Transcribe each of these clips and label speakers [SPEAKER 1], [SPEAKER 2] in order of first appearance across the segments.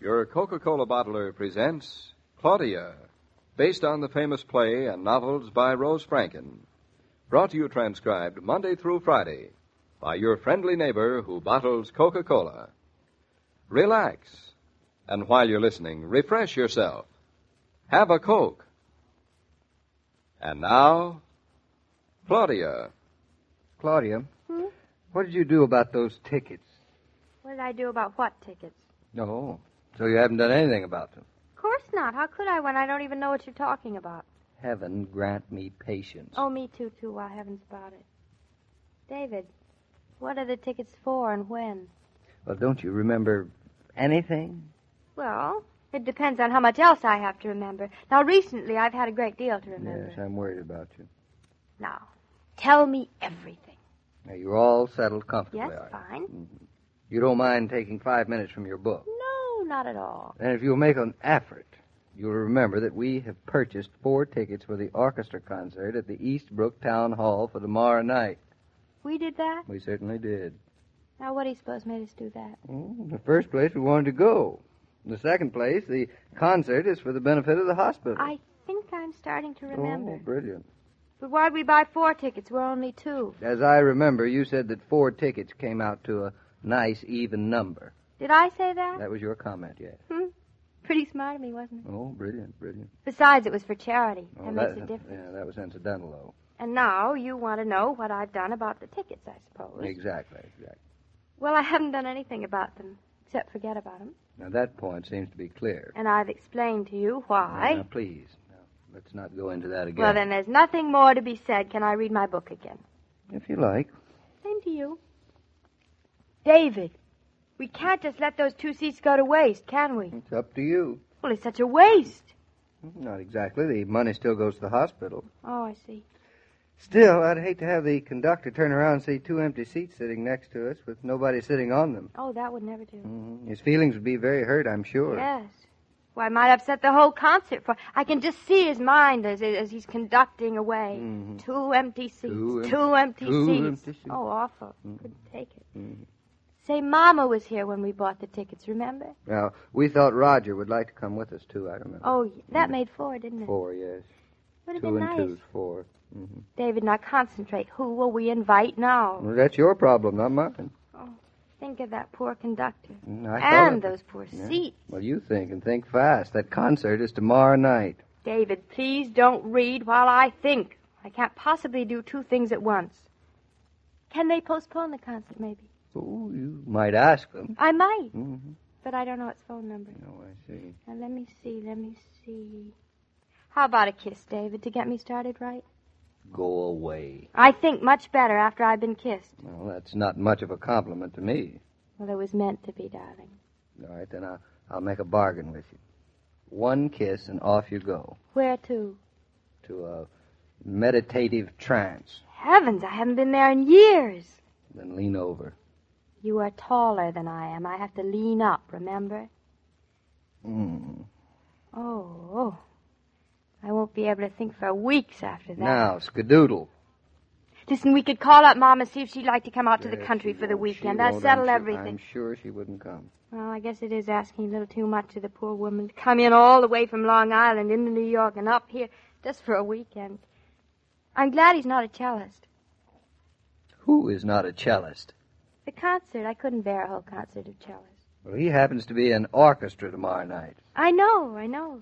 [SPEAKER 1] Your Coca Cola bottler presents Claudia, based on the famous play and novels by Rose Franken. Brought to you transcribed Monday through Friday by your friendly neighbor who bottles Coca Cola. Relax, and while you're listening, refresh yourself. Have a Coke. And now, Claudia.
[SPEAKER 2] Claudia, what did you do about those tickets?
[SPEAKER 3] What did I do about what tickets?
[SPEAKER 2] No. So you haven't done anything about them.
[SPEAKER 3] Of course not. How could I when I don't even know what you're talking about?
[SPEAKER 2] Heaven grant me patience.
[SPEAKER 3] Oh, me too, too. While heaven's about it. David, what are the tickets for and when?
[SPEAKER 2] Well, don't you remember anything?
[SPEAKER 3] Well, it depends on how much else I have to remember. Now, recently, I've had a great deal to remember.
[SPEAKER 2] Yes, I'm worried about you.
[SPEAKER 3] Now, tell me everything.
[SPEAKER 2] Now, you're all settled comfortably,
[SPEAKER 3] Yes,
[SPEAKER 2] are you?
[SPEAKER 3] fine.
[SPEAKER 2] You don't mind taking five minutes from your book.
[SPEAKER 3] No, not at all.
[SPEAKER 2] And if you'll make an effort, you'll remember that we have purchased four tickets for the orchestra concert at the Eastbrook Town Hall for tomorrow night.
[SPEAKER 3] We did that?
[SPEAKER 2] We certainly did.
[SPEAKER 3] Now, what do you suppose made us do that?
[SPEAKER 2] Well, in the first place, we wanted to go. In the second place, the concert is for the benefit of the hospital.
[SPEAKER 3] I think I'm starting to remember.
[SPEAKER 2] Oh, brilliant.
[SPEAKER 3] But why'd we buy four tickets? We're only two.
[SPEAKER 2] As I remember, you said that four tickets came out to a nice, even number.
[SPEAKER 3] Did I say that?
[SPEAKER 2] That was your comment, yes.
[SPEAKER 3] Pretty smart of me, wasn't it?
[SPEAKER 2] Oh, brilliant, brilliant.
[SPEAKER 3] Besides, it was for charity.
[SPEAKER 2] Oh,
[SPEAKER 3] that, makes a difference.
[SPEAKER 2] Yeah, that was incidental, though.
[SPEAKER 3] And now you want to know what I've done about the tickets, I suppose.
[SPEAKER 2] Exactly, exactly.
[SPEAKER 3] Well, I haven't done anything about them, except forget about them.
[SPEAKER 2] Now, that point seems to be clear.
[SPEAKER 3] And I've explained to you
[SPEAKER 2] Now,
[SPEAKER 3] why.
[SPEAKER 2] please, now, let's not go into that again.
[SPEAKER 3] Well, then there's nothing more to be said. Can I read my book again?
[SPEAKER 2] If you like.
[SPEAKER 3] Same to you. David, we can't just let those two seats go to waste, can we?
[SPEAKER 2] It's up to you.
[SPEAKER 3] Well, it's such a waste.
[SPEAKER 2] Not exactly. The money still goes to the hospital.
[SPEAKER 3] Oh, I see.
[SPEAKER 2] Still, I'd hate to have the conductor turn around and see two empty seats sitting next to us with nobody sitting on them.
[SPEAKER 3] Oh, that would never do.
[SPEAKER 2] His feelings would be very hurt, I'm sure.
[SPEAKER 3] Yes. Why, I might upset the whole concert for. I can just see his mind as, as he's conducting away.
[SPEAKER 2] Mm-hmm.
[SPEAKER 3] Two empty seats.
[SPEAKER 2] Two em-
[SPEAKER 3] empty
[SPEAKER 2] two
[SPEAKER 3] seats.
[SPEAKER 2] empty seats. Mm-hmm.
[SPEAKER 3] Oh, awful. Couldn't take it. Say, Mama was here when we bought the tickets, remember?
[SPEAKER 2] Now, we thought Roger would like to come with us, too, I remember.
[SPEAKER 3] Oh, y- that made four, didn't it?
[SPEAKER 2] Four, yes.
[SPEAKER 3] Would have
[SPEAKER 2] Two
[SPEAKER 3] been
[SPEAKER 2] and
[SPEAKER 3] nice.
[SPEAKER 2] two's four. Mm-hmm.
[SPEAKER 3] David, now concentrate. Who will we invite now?
[SPEAKER 2] Well, that's your problem, not mine.
[SPEAKER 3] Think of that poor conductor.
[SPEAKER 2] Mm, I thought
[SPEAKER 3] and
[SPEAKER 2] of it.
[SPEAKER 3] those poor seats.
[SPEAKER 2] Well, you think and think fast. That concert is tomorrow night.
[SPEAKER 3] David, please don't read while I think. I can't possibly do two things at once. Can they postpone the concert, maybe?
[SPEAKER 2] Oh, you might ask them.
[SPEAKER 3] I might,
[SPEAKER 2] Mm-hmm.
[SPEAKER 3] but I don't know its phone number.
[SPEAKER 2] Oh, I see.
[SPEAKER 3] Now, let me see, let me see. How about a kiss, David, to get me started right?
[SPEAKER 2] Go away.
[SPEAKER 3] I think much better after I've been kissed.
[SPEAKER 2] Well, that's not much of a compliment to me.
[SPEAKER 3] Well, it was meant to be, darling.
[SPEAKER 2] All right, then I'll, I'll make a bargain with you. One kiss and off you go
[SPEAKER 3] Where to?
[SPEAKER 2] to a meditative trance.
[SPEAKER 3] Heavens, I haven't been there in years.
[SPEAKER 2] Then lean over.
[SPEAKER 3] You are taller than I am. I have to lean up, remember?
[SPEAKER 2] Mm.
[SPEAKER 3] Oh, I won't be able to think for weeks after that.
[SPEAKER 2] Now, Skadoodle.
[SPEAKER 3] Listen, we could call up Mom and see if she'd like to come out to the
[SPEAKER 2] Yes,
[SPEAKER 3] country
[SPEAKER 2] she
[SPEAKER 3] for the
[SPEAKER 2] won't. She
[SPEAKER 3] weekend. That'll
[SPEAKER 2] won't.
[SPEAKER 3] settle
[SPEAKER 2] I'm su-
[SPEAKER 3] everything.
[SPEAKER 2] I'm sure she wouldn't come.
[SPEAKER 3] Well, I guess it is asking a little too much of the poor woman to come in all the way from Long Island into New York and up here just for a weekend. I'm glad he's not a cellist.
[SPEAKER 2] Who is not a cellist?
[SPEAKER 3] The concert, I couldn't bear a whole concert of cellists.
[SPEAKER 2] Well, he happens to be in orchestra tomorrow night.
[SPEAKER 3] I know, I know.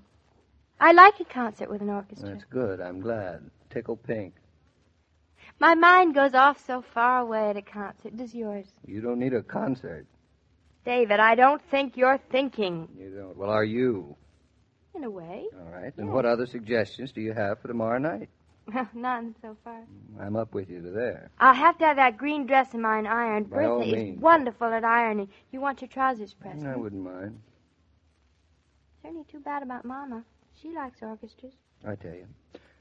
[SPEAKER 3] I like a concert with an orchestra.
[SPEAKER 2] That's good. I'm glad. Tickle pink.
[SPEAKER 3] My mind goes off so far away at a concert. Does yours?
[SPEAKER 2] You don't need a concert.
[SPEAKER 3] David, I don't think you're thinking.
[SPEAKER 2] You don't. Well, are you?
[SPEAKER 3] In a way.
[SPEAKER 2] All right. And what other suggestions do you have for tomorrow night?
[SPEAKER 3] None so far.
[SPEAKER 2] I'm up with you to there.
[SPEAKER 3] I'll have to have that green dress of mine ironed.
[SPEAKER 2] By all
[SPEAKER 3] Bertha is
[SPEAKER 2] means.
[SPEAKER 3] wonderful at ironing. You want your trousers pressed.
[SPEAKER 2] I wouldn't mind.
[SPEAKER 3] It's only too bad about Mama. She likes orchestras.
[SPEAKER 2] I tell you.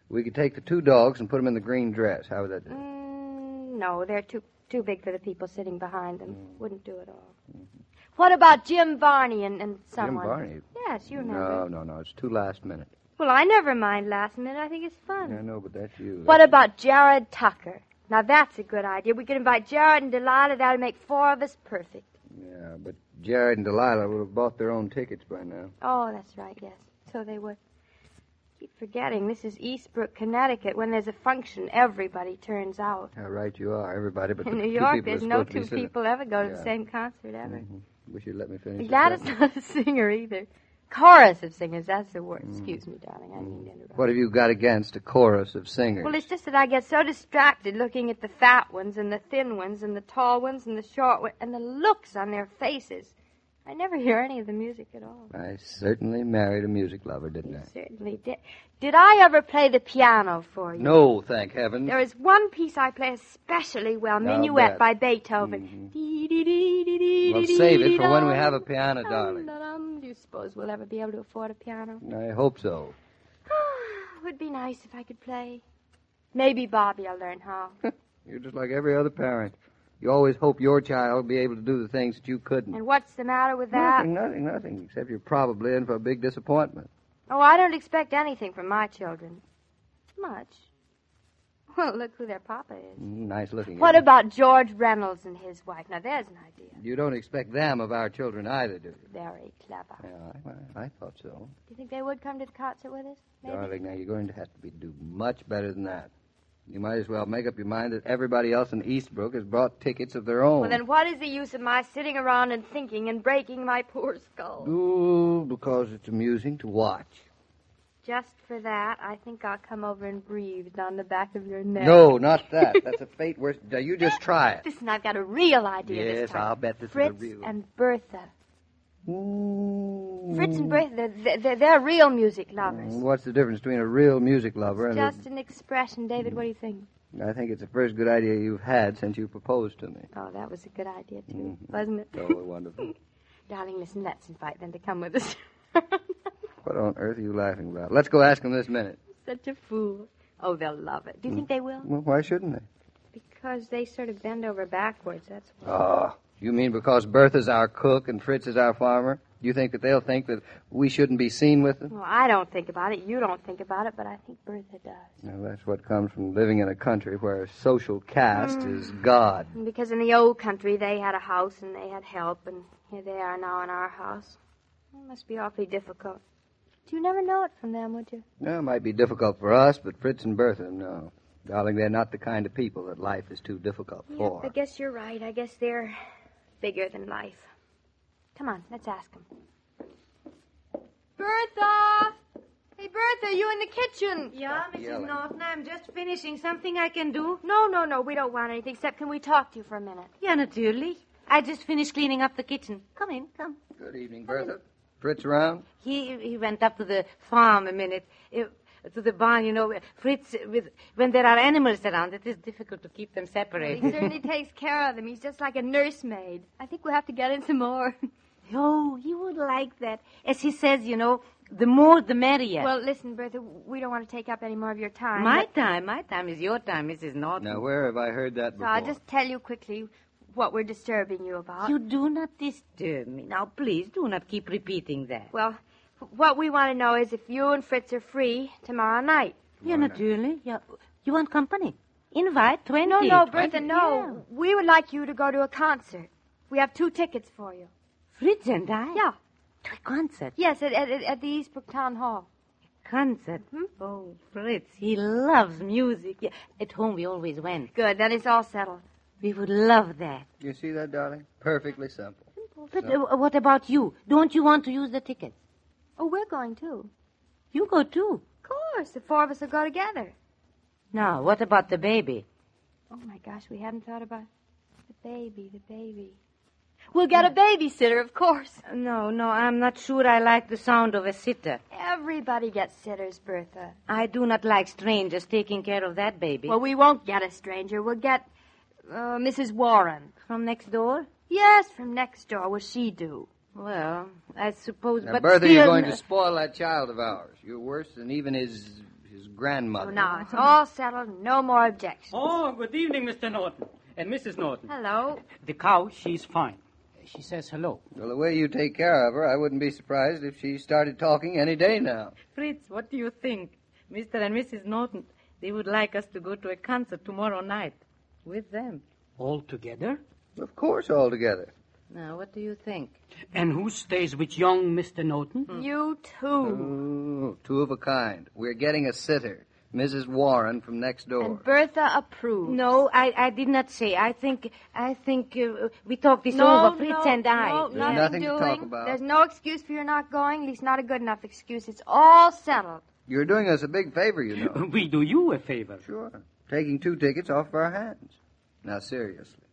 [SPEAKER 2] We could take the two dogs and put them in the green dress. How would that do?
[SPEAKER 3] Mm, no, they're too too big for the people sitting behind them.
[SPEAKER 2] Mm.
[SPEAKER 3] Wouldn't do it all. What about Jim Varney and, and someone?
[SPEAKER 2] Mm-hmm. Varney?
[SPEAKER 3] Yes, you
[SPEAKER 2] No,
[SPEAKER 3] remember.
[SPEAKER 2] no, no. It's too last minute.
[SPEAKER 3] Well, I never mind last minute. I think it's fun.
[SPEAKER 2] I know, but that's you.
[SPEAKER 3] What about Jared Tucker? Now that's a good idea. We could invite Jared and Delilah. That'll make four of us perfect.
[SPEAKER 2] Yeah, but Jared and Delilah would have bought their own tickets by now.
[SPEAKER 3] Oh, that's right, yes. So they would. Keep forgetting this is Eastbrook, Connecticut. When there's a function, everybody turns out.
[SPEAKER 2] How right you are, everybody. But
[SPEAKER 3] In
[SPEAKER 2] the
[SPEAKER 3] New
[SPEAKER 2] two
[SPEAKER 3] York,
[SPEAKER 2] people are
[SPEAKER 3] there's no
[SPEAKER 2] supposed to be
[SPEAKER 3] two
[SPEAKER 2] sitting-
[SPEAKER 3] people ever go to
[SPEAKER 2] Yeah. Mm-hmm.
[SPEAKER 3] the same concert ever.
[SPEAKER 2] Wish you'd let me finish. the
[SPEAKER 3] Gladys
[SPEAKER 2] sentence.
[SPEAKER 3] not a singer either. Chorus of singers, that's the word. Excuse me, darling, I didn't mean to interrupt.
[SPEAKER 2] Mm. What have you got against a chorus of singers?
[SPEAKER 3] Well, it's just that I get so distracted looking at the fat ones and the thin ones and the tall ones and the short ones and the looks on their faces. I never hear any of the music at all.
[SPEAKER 2] I certainly married a music lover, didn't I?
[SPEAKER 3] Certainly did. Did I ever play the piano for you?
[SPEAKER 2] No, thank heaven.
[SPEAKER 3] There is one piece I play especially well,
[SPEAKER 2] I'll
[SPEAKER 3] Minuet
[SPEAKER 2] bet. Mm-hmm.
[SPEAKER 3] by Beethoven.
[SPEAKER 2] Well,
[SPEAKER 3] Well,
[SPEAKER 2] save it for when we have a piano, darling.
[SPEAKER 3] Do you suppose we'll ever be able to afford a piano?
[SPEAKER 2] I hope so.
[SPEAKER 3] it would be nice if I could play. Maybe Bobby will learn how.
[SPEAKER 2] You're just like every other parent. You always hope your child will be able to do the things that you couldn't.
[SPEAKER 3] And what's the matter with that?
[SPEAKER 2] nothing, nothing, nothing, except you're probably in for a big disappointment.
[SPEAKER 3] Oh, I don't expect anything from my children. Much. Well, look who their papa is.
[SPEAKER 2] Mm, Nice looking.
[SPEAKER 3] What
[SPEAKER 2] isn't
[SPEAKER 3] about George Reynolds and his wife? Now, there's an idea.
[SPEAKER 2] it? You don't expect them of our children either, do you?
[SPEAKER 3] Very clever. Do
[SPEAKER 2] Yeah, I, I, I thought so.
[SPEAKER 3] you think they would come to the concert with us? Maybe.
[SPEAKER 2] Darling, now you're going to have to be, do much better than that. You might as well make up your mind that everybody else in Eastbrook has brought tickets of their own.
[SPEAKER 3] Well, then what is the use of my sitting around and thinking and breaking my poor skull?
[SPEAKER 2] Ooh, because it's amusing to watch.
[SPEAKER 3] Just for that, I think I'll come over and breathe down the back of your neck.
[SPEAKER 2] No, not that. That's a fate worse. Now, you just try it.
[SPEAKER 3] Listen, I've got a real idea
[SPEAKER 2] Yes,
[SPEAKER 3] this time.
[SPEAKER 2] I'll bet this is a
[SPEAKER 3] Fritz
[SPEAKER 2] real-
[SPEAKER 3] and Bertha.
[SPEAKER 2] Mm,
[SPEAKER 3] Fritz and Bertha, they're, they're, they're real music lovers.
[SPEAKER 2] What's the difference between a real music lover and
[SPEAKER 3] Just an expression. David, what do you think?
[SPEAKER 2] a. I think it's the first good idea you've had since you proposed to me.
[SPEAKER 3] Oh, that was a good idea, too, wasn't it?
[SPEAKER 2] Oh, wonderful.
[SPEAKER 3] Darling, listen, let's invite them to come with us.
[SPEAKER 2] What on earth are you laughing about? Let's go ask them this minute.
[SPEAKER 3] Such a fool. Oh, they'll love it. Do
[SPEAKER 2] Mm.
[SPEAKER 3] you think they will?
[SPEAKER 2] Well, why shouldn't they?
[SPEAKER 3] Because they sort of bend over backwards, that's why.
[SPEAKER 2] Ah, you mean because Bertha's our cook and Fritz is our farmer? You think that they'll think that we shouldn't be seen with them?
[SPEAKER 3] Well, I don't think about it. You don't think about it, but I think Bertha does.
[SPEAKER 2] Now, that's what comes from living in a country where social caste is God.
[SPEAKER 3] Because in the old country, they had a house and they had help, and here they are now in our house. It must be awfully difficult. You never know it from them, would you?
[SPEAKER 2] Now, it might be difficult for us, but Fritz and Bertha, no. Darling, they're not the kind of people that life is too difficult for.
[SPEAKER 3] Yep, I guess you're right. I guess they're bigger than life. Come on, let's ask them. Bertha! Hey, Bertha, you in the kitchen?
[SPEAKER 4] Yeah, Mrs.
[SPEAKER 2] Yelling.
[SPEAKER 4] Norton, I'm just finishing something I can do.
[SPEAKER 3] No, no, no, we don't want anything except can we talk to you for a minute?
[SPEAKER 4] Yeah, naturally. I just finished cleaning up the kitchen. Come in, come.
[SPEAKER 2] Good evening, Bertha. Fritz around?
[SPEAKER 4] He he went up to the farm a minute, eh, to the barn. You know, Fritz. With when there are animals around, it is difficult to keep them
[SPEAKER 3] He
[SPEAKER 4] separated.
[SPEAKER 3] certainly takes care of them. He's just like a nursemaid. I think we'll have to get in some more.
[SPEAKER 4] oh, he would like that. As he says, you know, the more the merrier.
[SPEAKER 3] Well, listen, Bertha, we don't want to take up any more of your time.
[SPEAKER 4] my time, my time is your time, Mrs. Norton.
[SPEAKER 2] Now, where have I heard that
[SPEAKER 3] So
[SPEAKER 2] before?
[SPEAKER 3] I'll just tell you quickly what we're disturbing you about.
[SPEAKER 4] You do not disturb me. Now, please do not keep repeating that.
[SPEAKER 3] Well, What we want to know is if you and Fritz are free tomorrow night.
[SPEAKER 4] Ja, natürlich. Ja. You want company? Invite 20.
[SPEAKER 3] No, no, Bertha, no. We would like you to go to a concert. We have two tickets for you.
[SPEAKER 4] Fritz and I?
[SPEAKER 3] Yeah.
[SPEAKER 4] To a concert.
[SPEAKER 3] Yes, at, at, at the Eastbrook Town Hall.
[SPEAKER 4] Concert. Oh, Fritz, he loves music. Yeah. At home we always went.
[SPEAKER 3] Good, then it's all settled.
[SPEAKER 4] We would love that.
[SPEAKER 2] You see that, darling? Perfectly simple.
[SPEAKER 4] But uh, what about you? Don't you want to use the tickets?
[SPEAKER 3] Oh, we're going too.
[SPEAKER 4] You go too.
[SPEAKER 3] Of course, the four of us will go together.
[SPEAKER 4] Now, what about the baby?
[SPEAKER 3] Oh my gosh, we haven't thought about the baby, the baby. We'll get a babysitter, of course.
[SPEAKER 4] No, no, I'm not sure I like the sound of a sitter.
[SPEAKER 3] Everybody gets sitters, Bertha.
[SPEAKER 4] I do not like strangers taking care of that baby.
[SPEAKER 3] Well, we won't get a stranger. We'll get uh, Mrs. Warren.
[SPEAKER 4] from next door?
[SPEAKER 3] Yes, from next door. Will she do?
[SPEAKER 4] Well, I suppose.
[SPEAKER 2] Now,
[SPEAKER 4] but
[SPEAKER 2] Bertha,
[SPEAKER 4] still,
[SPEAKER 2] you're going to spoil that child of ours. You're worse than even his his grandmother.
[SPEAKER 3] Oh, now it's all settled. No more objections.
[SPEAKER 5] Oh, good evening, Mr. Norton and Mrs. Norton.
[SPEAKER 3] Hello.
[SPEAKER 5] The cow, she's fine. She says hello.
[SPEAKER 2] Well, the way you take care of her, I wouldn't be surprised if she started talking any day now.
[SPEAKER 4] Fritz, what do you think, Mr. and Mrs. Norton? They would like us to go to a concert tomorrow night with them.
[SPEAKER 5] All together?
[SPEAKER 2] Of course, all together.
[SPEAKER 4] Now, what do you think?
[SPEAKER 5] And who stays with young Mr. Norton?
[SPEAKER 3] You too.
[SPEAKER 2] Ooh, two of a kind. We're getting a sitter, Mrs. Warren from next door.
[SPEAKER 3] And Bertha approves.
[SPEAKER 4] No, I, I did not say. I think I think uh, we talked this over, Fritz
[SPEAKER 3] no,
[SPEAKER 4] and I.
[SPEAKER 3] No,
[SPEAKER 2] There's
[SPEAKER 3] nothing
[SPEAKER 2] nothing to
[SPEAKER 3] doing.
[SPEAKER 2] talk about.
[SPEAKER 3] There's no excuse for your not going. At least not a good enough excuse. It's all settled.
[SPEAKER 2] You're doing us a big favor, you know.
[SPEAKER 5] We do you a favor.
[SPEAKER 2] sure. Taking two tickets off of our hands. Now, seriously,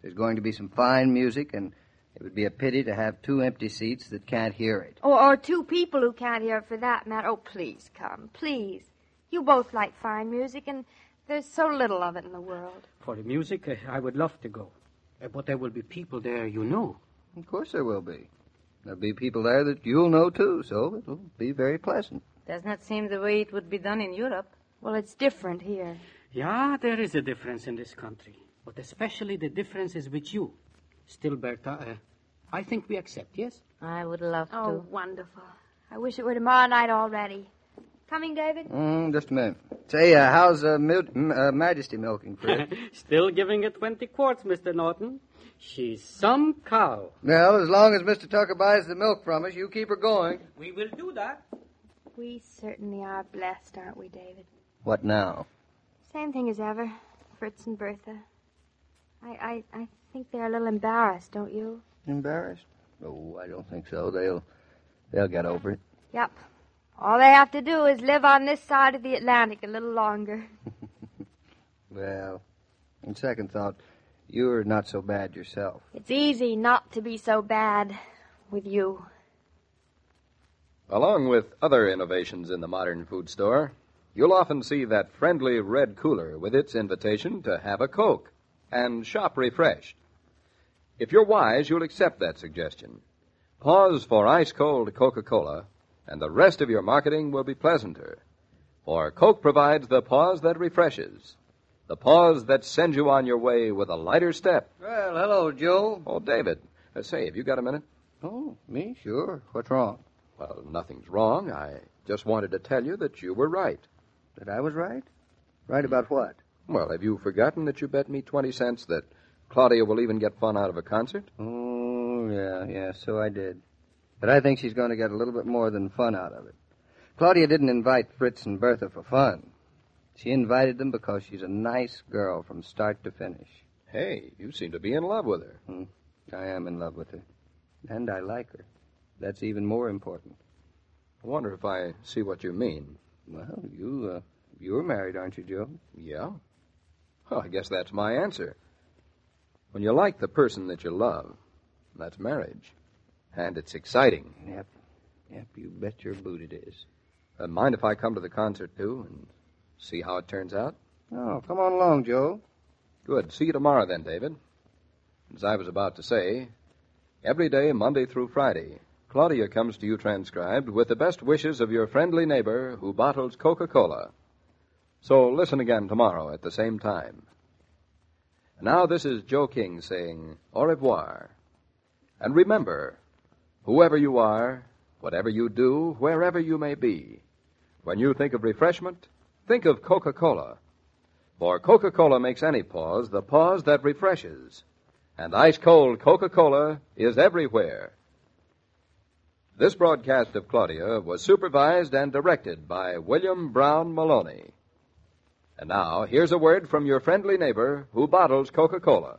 [SPEAKER 2] there's going to be some fine music, and it would be a pity to have two empty seats that can't hear it.
[SPEAKER 3] Or, or two people who can't hear for that matter. Oh, please come, please. You both like fine music, and there's so little of it in the world.
[SPEAKER 5] For the music, uh, I would love to go. Uh, but there will be people there you know.
[SPEAKER 2] Of course, there will be. There'll be people there that you'll know too, so it'll be very pleasant.
[SPEAKER 4] Does not seem the way it would be done in Europe.
[SPEAKER 3] Well, it's different here.
[SPEAKER 5] Yeah, there is a difference in this country. But especially the difference is with you. Still, Bertha, uh, I think we accept, yes?
[SPEAKER 4] I would love
[SPEAKER 3] Oh,
[SPEAKER 4] to.
[SPEAKER 3] wonderful. I wish it were tomorrow night already. Coming, David?
[SPEAKER 2] Mm, just a minute. Say, uh, how's uh, mil- m- uh, Majesty milking, Fred?
[SPEAKER 5] Still giving her 20 quarts, Mr. Norton. She's some cow.
[SPEAKER 2] well, as long as Mr. Tucker buys the milk from us, you keep her going.
[SPEAKER 5] We will do that.
[SPEAKER 3] We certainly are blessed, aren't we, David?
[SPEAKER 2] What now?
[SPEAKER 3] Same thing as ever, Fritz and Bertha. I, I, I think they're a little embarrassed, don't you?
[SPEAKER 2] Embarrassed? Oh, I don't think so. They'll they'll get over it.
[SPEAKER 3] Yep. All they have to do is live on this side of the Atlantic a little longer.
[SPEAKER 2] Well, on second thought, you're not so bad yourself.
[SPEAKER 3] It's easy not to be so bad with you.
[SPEAKER 1] Along with other innovations in the modern food store, you'll often see that friendly red cooler with its invitation to have a Coke and shop refreshed. If you're wise, you'll accept that suggestion. Pause for ice cold Coca Cola, and the rest of your marketing will be pleasanter. For Coke provides the pause that refreshes, the pause that sends you on your way with a lighter step.
[SPEAKER 2] Well, hello, Joe.
[SPEAKER 1] Oh, David, uh, say, have you got a minute?
[SPEAKER 2] Oh, me? Sure. What's wrong?
[SPEAKER 1] Well, nothing's wrong. I just wanted to tell you that you were right.
[SPEAKER 2] That I was right? Right about what?
[SPEAKER 1] Well, have you forgotten that you bet me 20 cents that Claudia will even get fun out of a concert?
[SPEAKER 2] Oh, yeah, yeah, so I did. But I think she's going to get a little bit more than fun out of it. Claudia didn't invite Fritz and Bertha for fun. She invited them because she's a nice girl from start to finish. Hmm.
[SPEAKER 1] Hey, you seem to be in love with her.
[SPEAKER 2] I am in love with her. And I like her. That's even more important.
[SPEAKER 1] I wonder if I see what you mean.
[SPEAKER 2] Well, you, uh, you're married, aren't you, Joe?
[SPEAKER 1] Yeah? Well, I guess that's my answer. When you like the person that you love, that's marriage. And it's exciting.
[SPEAKER 2] Yep. Yep, you bet your boot it is.
[SPEAKER 1] Uh, mind if I come to the concert, too, and see how it turns out?
[SPEAKER 2] Oh, come on along, Joe.
[SPEAKER 1] Good. See you tomorrow then, David. As I was about to say, every day, Monday through Friday, Claudia comes to you transcribed with the best wishes of your friendly neighbor who bottles Coca Cola. So listen again tomorrow at the same time. Now, this is Joe King saying au revoir. And remember, whoever you are,
[SPEAKER 2] whatever you do, wherever you may be. When you think of refreshment, think of Coca Cola. For Coca Cola makes any pause the pause that refreshes. And ice cold Coca Cola is everywhere. This broadcast of Claudia was supervised and directed by William Brown Maloney. And now, here's a word from your friendly neighbor who bottles Coca Cola.